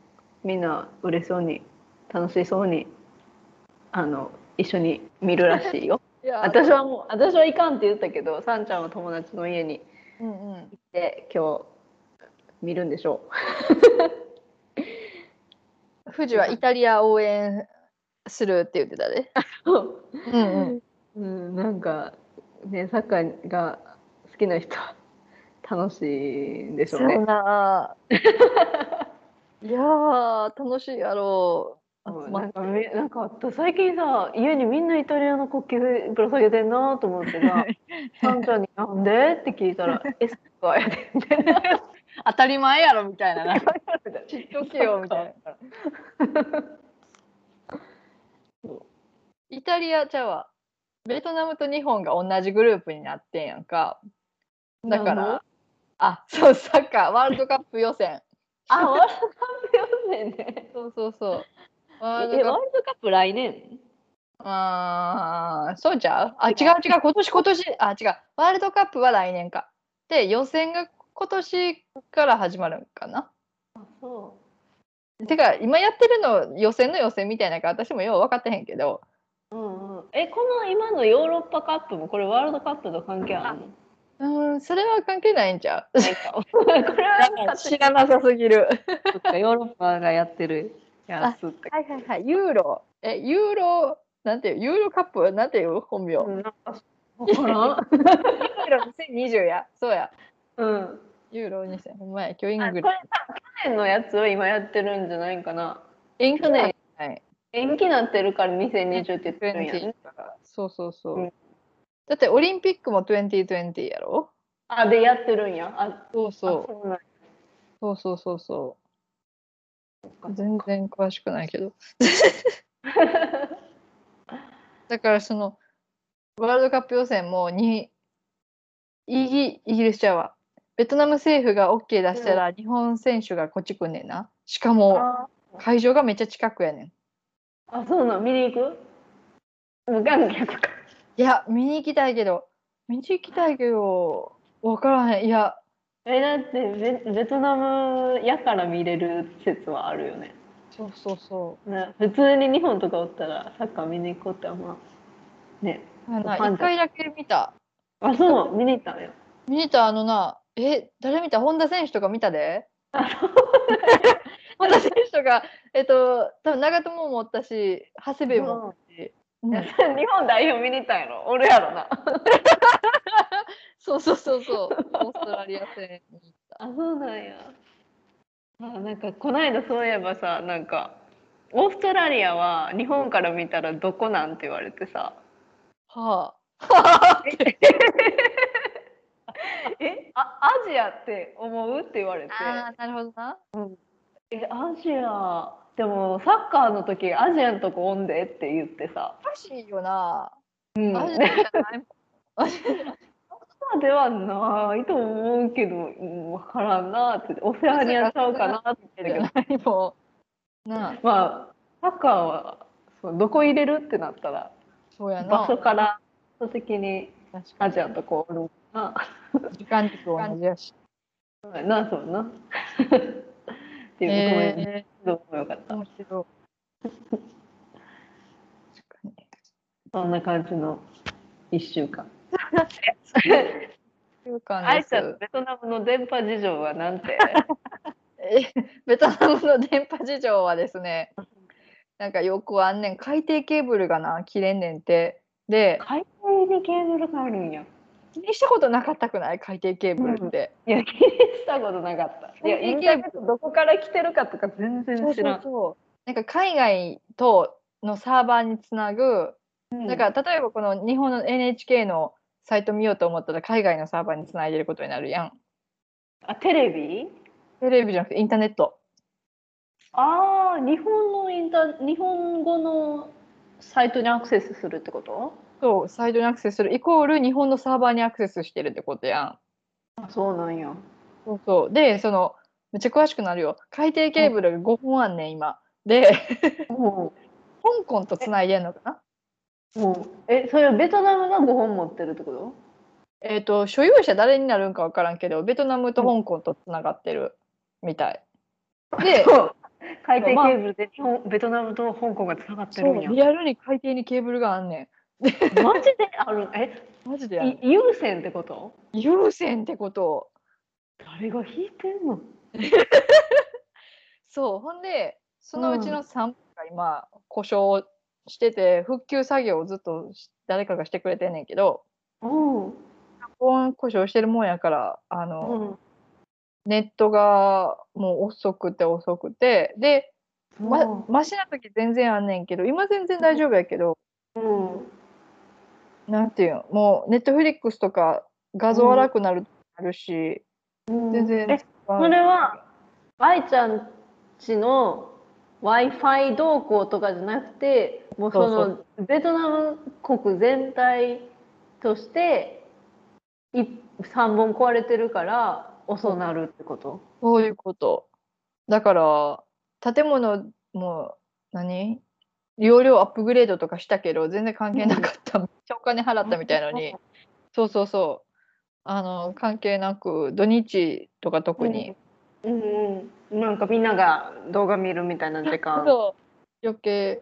A: うみんな嬉しそうに楽しそうにあの一緒に見るらしいよ
B: いや
A: 私はもう私はいかんって言ったけどさんちゃんは友達の家に
D: うんうん
A: 行って今日見るんでしょう
B: 富士はイタリア応援するって言ってたで
D: うんうん
A: *laughs* うん、なんかねサッカーが好きな人は楽しいんでしょう
B: そ
A: ね
B: う。ないやー楽しいやろう
A: うん
B: 集ま
A: な
B: っ
A: んかみなんかあった最近さ家にみんなイタリアの国旗ぶら下げてんなと思って *laughs* さサンちゃんに「なんで?」って聞いた *laughs* ら「えサッカーやで」みたいな
B: 当たり前やろみたいな
A: *laughs*
B: な
A: 知っ
B: とけよみたいなイタリアちゃうわベトナムと日本が同じグループになってんやんかだか
A: なの
B: らあそうサッカーワールドカップ予選
A: *laughs* あワールドカップ予選ね
B: そうそうそう
A: え
B: ワ
A: ワ
B: ー
A: ー
B: ルド
A: ル
B: カップ
A: ドカップ来年
B: あーそうちゃうあ違う違う今年今年あ違うワールドカップは来年かで予選が今年から始まるんかな
A: そ
B: てか今やってるの予選の予選みたいなから私もよう分かってへんけど
A: う、うんうん、えこの今のヨーロッパカップもこれワールドカップと関係あるの
B: うーんそれは関係ないんちゃう
A: ないか *laughs* これはなんか
B: 知らなさすぎる
A: そっかヨーロッパがやってるやつって。
B: はいはいはいユーロえユーロなんていうユーロカップなんていう本名、ユ
A: うんなんか *laughs* わから
B: ーロ2020やそうや
A: ん。うん。
B: ユーロ2000ほんまや今日イン
A: あこ
B: グ
A: れ
B: ル
A: さ去年のやつを今やってるんじゃないかな。
B: イング
A: 去
B: ラン
A: 年
B: ドはい
A: 延期なってるから2020って言ってるんや、
B: 2020
A: ね。
B: そうそうそう、
A: うん
B: だってオリンピックも2020やろ
A: あでやってるんや。あ
B: そうそう
A: うなんや
B: そうそうそうそ
A: か
B: う全然詳しくない
A: *laughs*
B: けどだからそのワールドカップ予選もにイギイギリスちゃうわベトナム政府が OK 出したら日本選手がこっち来んねんなしかも
A: あ
B: 会場がめっちゃ近くやねん
A: あそうなん見に行く？無観客か。
B: いや見に行きたいけど見に行きたいけど分からへんいや
A: えだってベベトナムやから見れる説はあるよね。
B: そうそうそ
A: な普通に日本とかおったらサッカー見に行こうってあんまね。
B: うあな
A: ファン
B: 一
A: じゃん
B: 回だけ見た
A: あそう見に行ったんや。
B: 見に行ったあのなえ誰見た本田選手とか見たで *laughs* 本田選手とかえっと多分長友もおったし長谷部もおったし、うん
A: 日本代表見に行ったんやろ俺やろな
B: そうそうそうそうオーストラリア戦に行った
A: あそうなんやあなんかこないだそういえばさなんかオーストラリアは日本から見たらどこなんて言われてさ
B: は
A: 「えあアジアって思う?」って言われて
B: ああーなるほどな
A: 「えアジアでもサッカーの時アジアのとこおんで」って言ってさ、
B: おかしいよな、
A: うん、
B: アジア
A: ア
B: じゃないもん
A: ジアではないと思うけど、うん、分からんなってオセアニアちゃうかなって言って
B: じ
A: た
B: ゃ
A: けど
B: ないもんなあ
A: まあサッカーはそうどこ入れるってなったら
B: そうやな
A: 場所から基本的に
B: 確か
A: ア
B: に
A: ジアのとこおるもんな。
B: 時間軸同じやし
A: そうやなそうやな。っていうごめんね。
B: え
A: どうもよかっ
B: ー、
A: た。
B: 面白い確かに
A: そんな感じの一週間。
B: 週間
A: あ
B: で
A: い
B: す
A: ちゃんベトナムの電波事情はなん *laughs* て。
B: え *laughs* ベトナムの電波事情はですねなんかよくあんねん海底ケーブルがな切れんねんてで
A: 海底にケーブルがあるんや。
B: 気にしたことなかったくない海底ケーブルって、
A: いや気にしたことなかった。いや
B: 海底
A: イン
B: ケ
A: タ
B: ー
A: ーネットどこから来てるかとか全然知らん。
B: そうなんか海外とのサーバーにつなぐ、
A: うん
B: だから例えばこの日本の NHK のサイト見ようと思ったら海外のサーバーにつないでることになるやん
A: あテレビ？
B: テレビじゃなくてインターネット
A: ああ、日本のインター、日本語のサイトにアクセスするってこと
B: そう、サイトにアクセスする、イコール日本のサーバーにアクセスしてるってことやん。
A: あそうなんや。
B: そうそう。で、その、めっちゃ詳しくなるよ。海底ケーブルが5本あんねん、今。で、 *laughs*
A: うん
B: 香港とつないでんのかな
A: うん、え、それはベトナムが5本持ってるってこと
B: えっ、と、所有者誰になるんかわからんけど、ベトナムと香港とつながってるみたい。で、
A: *laughs* そう海底ケ
B: まあ
A: ーブルで日本、ベトナムと香港がつながって
B: そ
A: るん
B: う
A: や。
B: リアルに海底にケーブルがあんね
A: マジであるえ
B: ん。マジでやん。
A: い有線ってこと
B: 有線ってこと。
A: 誰が引いてんの
B: そう、ほんで、そのうち
A: う
B: の3本が今、故障してて、復旧作業をずっとし誰かがしてくれてんねんけど、
A: うん
B: 本故障してるもんやから、あの、
A: うん
B: ネットがもう遅くて遅くてで、ま、マシな時全然あんねんけど今全然大丈夫やけど
A: うん
B: なんていうのもうネットフリックスとか画像荒くなる時あるし、全然
A: えそれは愛ちゃんちの w i f i 動向とかじゃなくてもうその
B: そう
A: ベトナム国全体として3本壊れてるから遅なるってこと
B: そういうことだから建物も何容量アップグレードとかしたけど全然関係なかった、めっちゃお金払ったみたいのにそうそうそうあの関係なく土日とか特に、
A: うんうんなんかみんなが動画見るみたいな時
B: *laughs*
A: 間
B: そう余計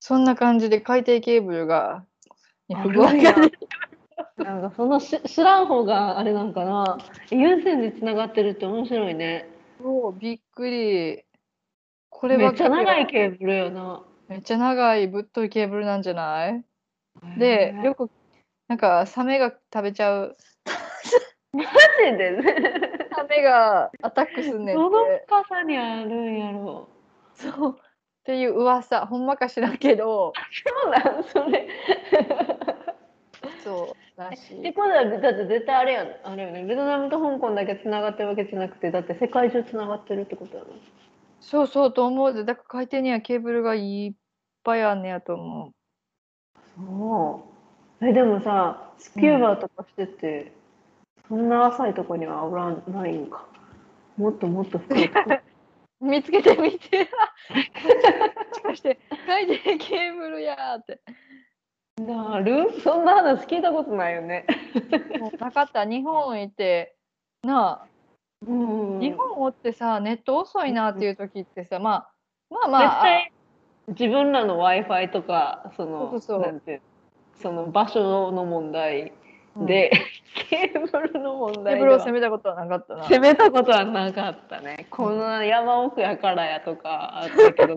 B: そんな感じで海底ケーブルがに
A: あ
B: 不具
A: る
B: 合
A: んや
B: が出て
A: なんかそのし知らん方があれなんかな優先でつながってるって面白いね
B: もうびっくりこれ
A: め
B: は
A: っちゃ長いケーブルよな
B: めっちゃ長いぶっといケーブルなんじゃないでよくなんかサメが食べちゃう
A: くでね
B: サメがアタックすんねん
A: ど
B: っ
A: の
B: て
A: 深さにあるんやろう
B: そうっていう噂ほんまかしらんけど
A: そうなんそれ
B: そうらし
A: って
B: い
A: ことはだって絶対あれやあれよねベトナムと香港だけつながってるわけじゃなくてだって世界中つながってるってことやろ
B: そうそうと思うでだから海底にはケーブルがいっぱいあんねやと思う
A: そうえでもさスキューバとかしてて、そんな浅いとこにはおらんないんかもっともっと *laughs* 深いとこ
B: 見つけてみてもしかして海底ケーブルやーって
A: なるそんな話聞いたことないよね
B: もうなかった日本いてなあ日
A: 日
B: 本おってさネット遅いなっていう時ってさ、まあまあま
A: 絶
B: ああ
A: 対自分らの w i f i とかそ
B: そう
A: の
B: そうそう
A: なんていうその場所の問題で、ケーブルの問
B: ケ
A: 題
B: ー
A: で
B: ブルを
A: は
B: 攻めたことはなかったな
A: 攻めたことはなかったねこんな山奥やからやとかあった *laughs* けど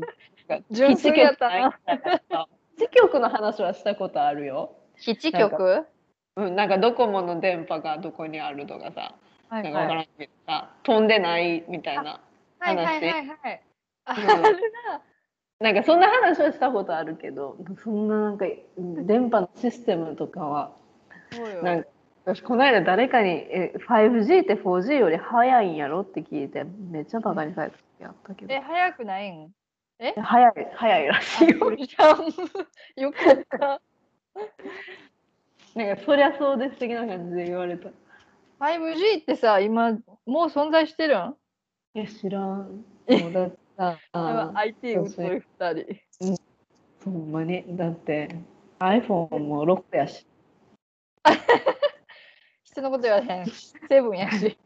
B: 純粋やったな
A: *laughs* 基局の話はしたことあるよ、
B: 基地
A: なん
B: 局
A: うん、なんかドコモの電波がどこにあるとかさ
B: はいはいはい
A: なんかわからんけどさ、飛んでないみたいな、
B: はいはい
A: 話
B: はいあ
A: うん
B: る
A: なんかそんな話はしたことあるけどそんななんかうん電波のシステムとかは
B: なそ
A: な
B: うんよ
A: か私この間誰かにえ 5G って 4G より早いんやろって聞いてめっちゃバカにされた時あったけど
B: え早くないん
A: 早い早いらしいよ *laughs*
B: よかった
A: なんかそりゃそうです的な感じで言われた
B: 5G ってさ今もう存在してるん
A: え知らんもうだってさ
B: やばい IT
A: そう
B: う
A: そ
B: そうい2人
A: ほんまにだって iPhone も6やし
B: 人のこと言わへんセブンやし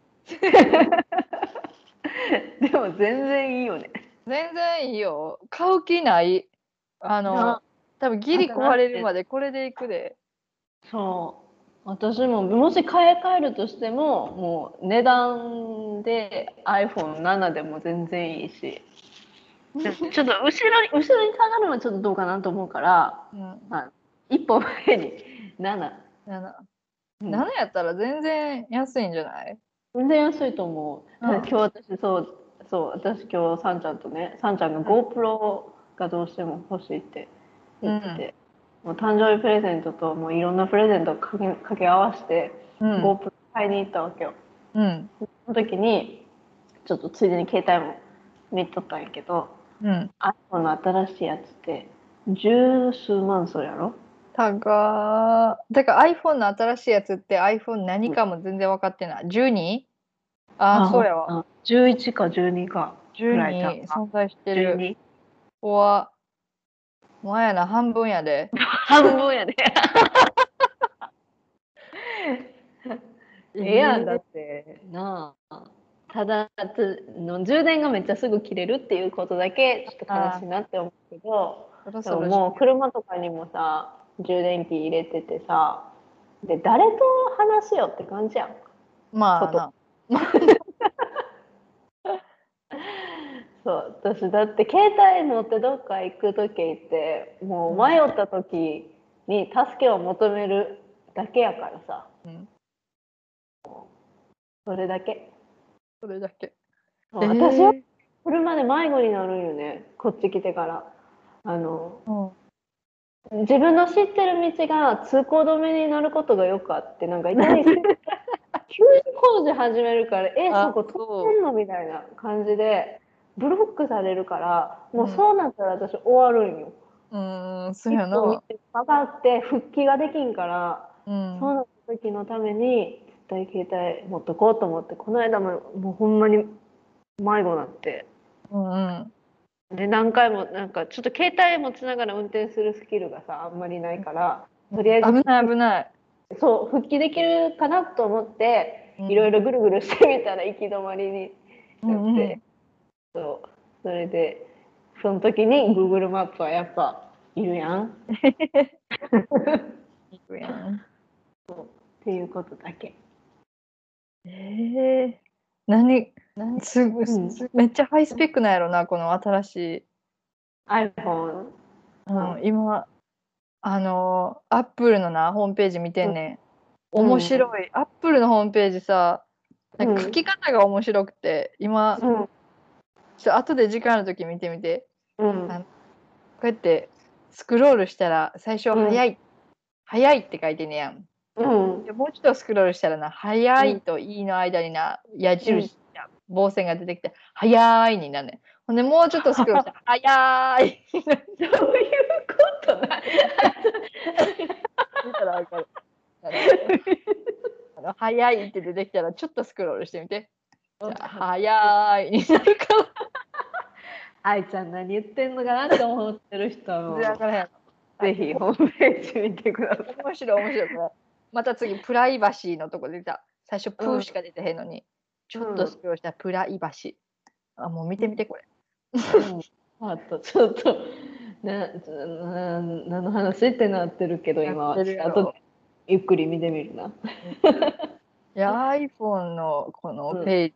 A: でも全然いいよね
B: 全然いいよ買う気ないあの
A: な
B: 多分ギリ壊れるまでこれでいく *laughs* で
A: そう私ももし買い替えるとしてももう値段で iPhone7 でも全然いいし *laughs* ちょっと後ろに後ろに下がるのはちょっとどうかなと思うから
B: うん
A: 一歩前に7
B: 7
A: うん
B: やったら全然安いんじゃない
A: 全然安いと思う、
B: うん
A: 今日私そうそう私今日さんちゃんとねさんちゃんが GoPro がどうしても欲しいって言ってて、もう誕生日プレゼントともういろんなプレゼントを掛け掛け合わせて、
B: うん
A: GoPro 買いに行ったわけよ
B: うん
A: その時にちょっとついでに携帯も見とったんやけど
B: うん。
A: iPhone の新しいやつって十数万それやろ
B: 高ーだから iPhone の新しいやつって iPhone 何かも全然分かってない。12? ああ、そうやわ。
A: わ11か12からいちゃう
B: 12
A: か
B: 存在してる。
A: 12
B: ここは、お前やな、半分やで。。
A: 半分やで *laughs* ええやんだってなあただつの充電がめっちゃすぐ切れるっていうことだけちょっと悲しいなって思うけど
B: そろ
A: で
B: そ
A: も
B: ろ
A: もう車とかにもさ充電器入れててさで誰と話しようって感じやん
B: まあ
A: 外
B: な、
A: そう私だって携帯持ってどっか行く時ってもう迷った時に助けを求めるだけやからさ、
B: うん
A: それだけ
B: それだけ。
A: もう私は車で迷子になるんよねこっち来てからあの
B: うん
A: 自分の知ってる道が通行止めになることがよくあってなんかいきなり急に工事始めるからえ
B: あ
A: そこ通ってんのみたいな感じでブロックされるからもうそうなったら私終わるんよ。
B: うーん、そう
A: 一
B: や
A: 歩
B: な
A: 道。曲がって復帰ができんから、
B: うん。
A: そうなった時のために絶対携帯持っとこうと思ってこの間ももうほんまに迷子になって。
B: うんうん。
A: で何回もなんかちょっと携帯持ちながら運転するスキルがさあんまりないからとりあえず
B: 危ない危ない。
A: そう復帰できるかなと思っていろいろぐるぐるしてみたら行き止まりに
B: うん
A: な
B: うんう
A: って
B: ん、
A: そうそれでその時に Google マップはやっぱいるやんっ
B: いくやん。
A: ていうことだけ。
B: ええ何何すごい、
A: うん
B: すめっちゃハイスペックなんやろなこの新しい、
A: iPhone
B: うん今あのアップルのなホームページ見てんね、ん、面白いアップルのホームページさなんか書き方が面白くて、今ちょ
A: うん
B: っと後で時間ある時見てみて
A: うん
B: あこうやってスクロールしたら最初「
A: うん
B: 早い」早い」って書いてんねやん
A: うん
B: でもうちょっとスクロールしたらな「早い」と「いい」の間にな矢印や棒線が出てきて「早い」になんねんほんでもうちょっとスクロールしたら「早い」になって
A: どういうことだ
B: たら分かる。 *laughs* あの早いって出てきたらちょっとスクロールしてみて。じゃあ早いになるか
A: 愛ちゃん何言ってんのかなって思ってる人
B: も。
A: は
B: 分からへん。
A: ぜひホームページ見てください。
B: 面白い面白いこれ。また次プライバシーのとこ出た。最初プーしか出てへんのに、ちょっとスクロールしたらプライバシー。あもう見てみてこれ。
A: あとちょっとなな何の話ってなってるけど今は
B: なってるや
A: あ
B: ろ
A: とゆっくり見てみるな。
B: いや iPhone のこ
A: う
B: の
A: ん
B: ペー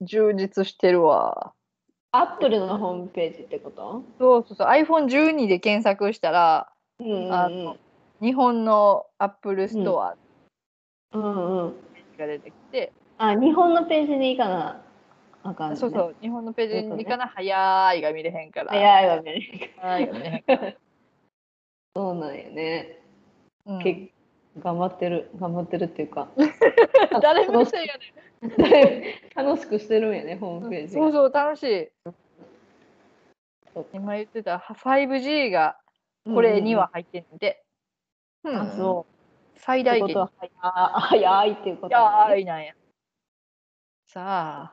B: ジ、充実してるわ。
A: アップルのホームページってこと？
B: そうそうそう iPhone12 で検索したら
A: うんうんうん
B: あの日本の Apple ストア
A: うんうん。
B: が出てきて、
A: あ日本のページに行かなあかん、ね。
B: そうそう。日本のページに行かな早いが見れへんから
A: 早いわね。
B: 早いが見れへんから、
A: そうなんよね。
B: うん
A: け頑張ってる頑張ってるっていう
B: *laughs*
A: か
B: 誰もせや
A: 楽しくしてるんやねホームペ
B: ね
A: ー
B: ん
A: ジが。
B: そうそう楽しい
A: そうか
B: 今言ってた 5G がこれには入ってんで、うん
A: うんうん。あそう。
B: 最
A: って
B: 大
A: こ
B: 限
A: とは早い早いっていうことだ
B: 早
A: ね。
B: いなんやさあ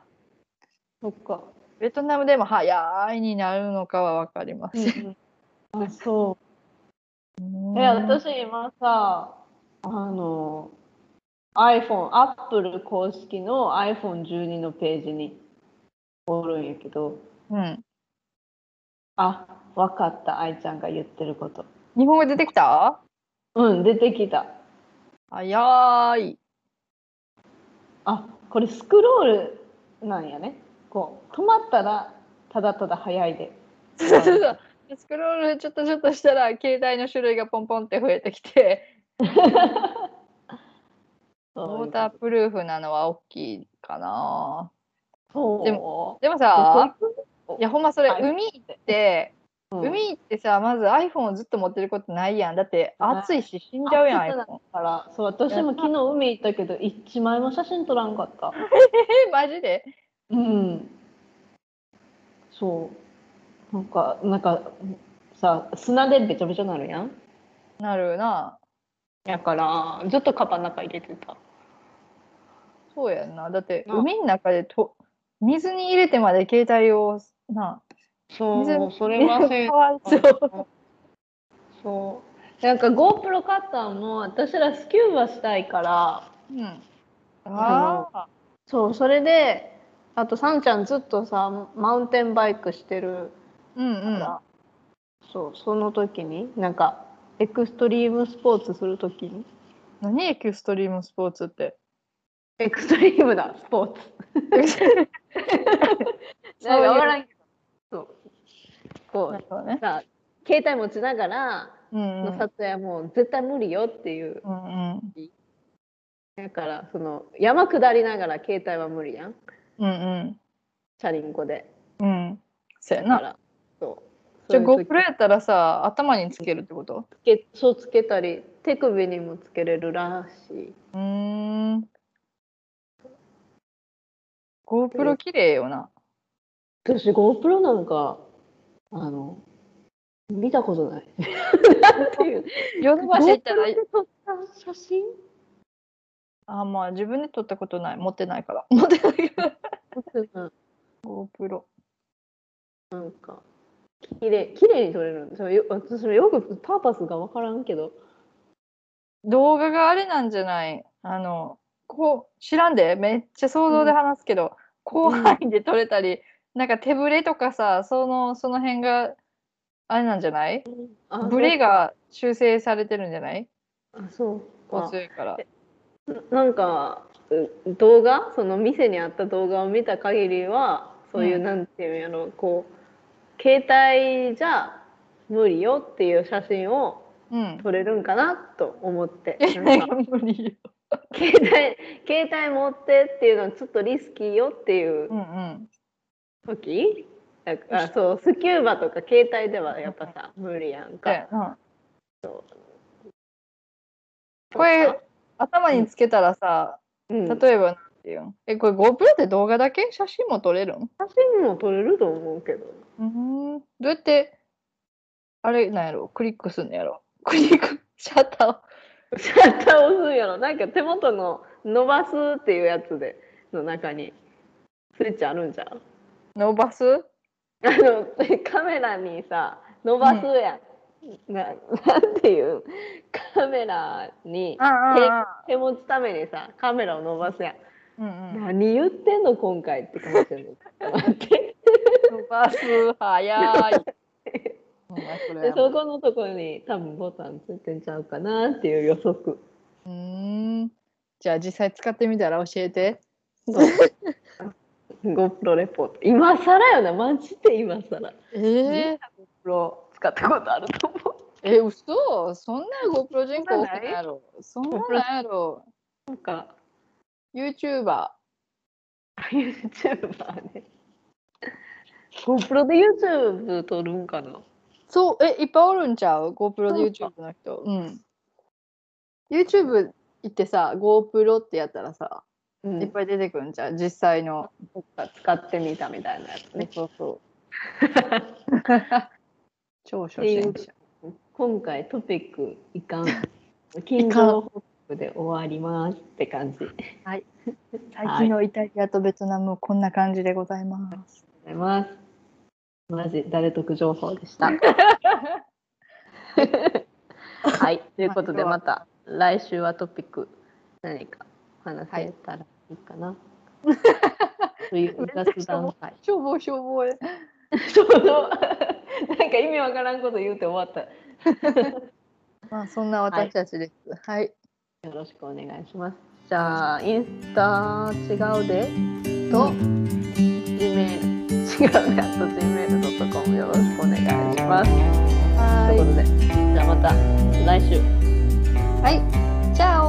A: そっか。
B: ベトナムでも早いになるのかは分かりません、
A: あそう。
B: うん
A: え、私今さ、あの、iPhone、Apple 公式の iPhone12 のページにおるんやけど、
B: うん、
A: あ、わかった、愛ちゃんが言ってること。
B: 日本語出てきた
A: うん、出てきた。
B: 早い
A: あ、これスクロールなんやね。こう、止まったら、ただただ早いで。
B: そうそうそうスクロールちょっとちょっとしたら携帯の種類がポンポンって増えてきてウ
A: そ
B: ォ
A: う
B: ータープルーフなのは大きいかな
A: そう。
B: で
A: も、
B: でも
A: あ
B: さいやほんまそれ
A: はい
B: 海行って、
A: うん
B: 海行ってさまず iPhone をずっと持ってることないやんだって
A: ない
B: 暑いし死んじゃうやん
A: 暑くな
B: iPhone
A: から、そう、私も昨日海行ったけど、一枚も写真撮らんかった。
B: えマジで
A: うん。そうなんかなんかさ砂でべちょべちょなるやん
B: なるな
A: だからずっとカバンの中入れてた
B: そうやんなだって
A: な
B: 海の中でと水に入れてまで携帯をな水
A: そう
B: に
A: それはせん
B: かわい *laughs* そう
A: そうなんか GoPro カッターも私らスキューバしたいから
B: うんああ
A: そうそれであとさんちゃんずっとさマウンテンバイクしてる
B: うんう
A: か
B: ん
A: ら、そうその時になんかエクストリームスポーツする時に
B: 何エクストリームスポーツ
A: *laughs*
B: って
A: エクストリームだスポーツなんかわからんけどそうこ
B: な
A: う
B: るほどね
A: さ携帯持ちながら
B: うんう
A: の
B: ん
A: 撮影はもう絶対無理よっていう、
B: うんうん
A: だからその山下りながら携帯は無理やん
B: うん
A: チャリンコで
B: うんうんそうや
A: だか
B: な
A: らそう
B: じゃあ
A: そういう時
B: GoPro やったらさ頭につけるってこと
A: つけそうつけたり手首にもつけれるらしいう
B: ーん GoPro 綺麗よな
A: 私 GoPro なんかあの見たこと *laughs* ないなんていう
B: ヨドバシ行ったら
A: GoPro で撮った写真
B: あまあ自分で撮ったことない持ってないから持ってないから GoPro
A: なんか綺麗綺麗に撮れるんですよよ私もよくパーパスが分からんけど
B: 動画があれなんじゃないあのこう知らんでめっちゃ想像で話すけど、広範囲で撮れたり、なんか手ぶれとかさそのその辺があれなんじゃない
A: あ
B: ブレが修正されてるんじゃない
A: あそうか
B: 強いから
A: なんかう動画その店にあった動画を見た限りはそういう、
B: うん
A: なんていうんやろこう携帯じゃ無理よっていう写真を *laughs*
B: うん
A: 撮れるんかなと思って
B: *laughs*
A: な
B: なん
A: ん
B: か無
A: か
B: 理よ
A: 携帯携帯持ってっていうのはちょっとリスキーよっていう
B: うんうん
A: 時だからそうスキューバとか携帯ではやっぱさ無理やん
B: だ
A: か
B: よなこれ、頭につけたらさ、
A: うん、写
B: 例えばなんていうんえこれ GoPro って動画だけ写真も撮れるん
A: 真も撮れると思うけど
B: うんどうやってあれなんやろクリックすんのやろ *laughs* クリックシャッターを
A: *laughs* シャッター押すんやろなんか手元の伸ばすっていうやつでの中にスイッチあるんじゃん
B: 伸ばす
A: あの *laughs* カメラにさ伸ばすやん、ななんていうカメラに
B: あ
A: 手持つためにさカメラを伸ばすやん、
B: うんうん、
A: 何言ってんの今回って感じるの待って
B: 伸ばす早い *laughs* お前それ
A: でそこのとこに多分ボタンついてんちゃうかなっていう予測
B: うーんじゃあ実際使ってみたら教えて
A: GoPro レポート今更よなマジで今更
B: え
A: え GoPro 使ったことあると思う
B: え嘘そんな GoPro 人口多くないやろそん
A: ない
B: なないやろ
A: なんか
B: YouTuber
A: YouTuber ね GoPro で YouTube 撮るんかな
B: そうえいっぱいおるんちゃう GoPro で
A: そう
B: YouTube の人うん YouTube 行ってさ GoPro ってやったらさ、
A: うん
B: いっぱい出てくるんちゃう実際の
A: 使ってみたみたいなやつね
B: そう *laughs* そう超初
A: ってい
B: 心
A: う
B: 者
A: 今回トピックい *laughs* かん近所報告で終わりますって感じでご
B: 最近のイタリアとベトナムこんな感じでございます。
A: ざいますマジ誰得情報でした *laughs* はいということでまた来週はトピック何か話せたらいいか *laughs* な、という雑談会
B: 消防消防へ。
A: ちょうどなんか意味わからんこと言うて終わった。 *laughs*
B: まあそんな私たちです。はい。
A: よろしくお願いします。じゃあインスタ違うでと G メール違うであと G メールドットコムよろしくお願いします。
B: は
A: ということでじゃあまた来週。
B: い。はい。チャオ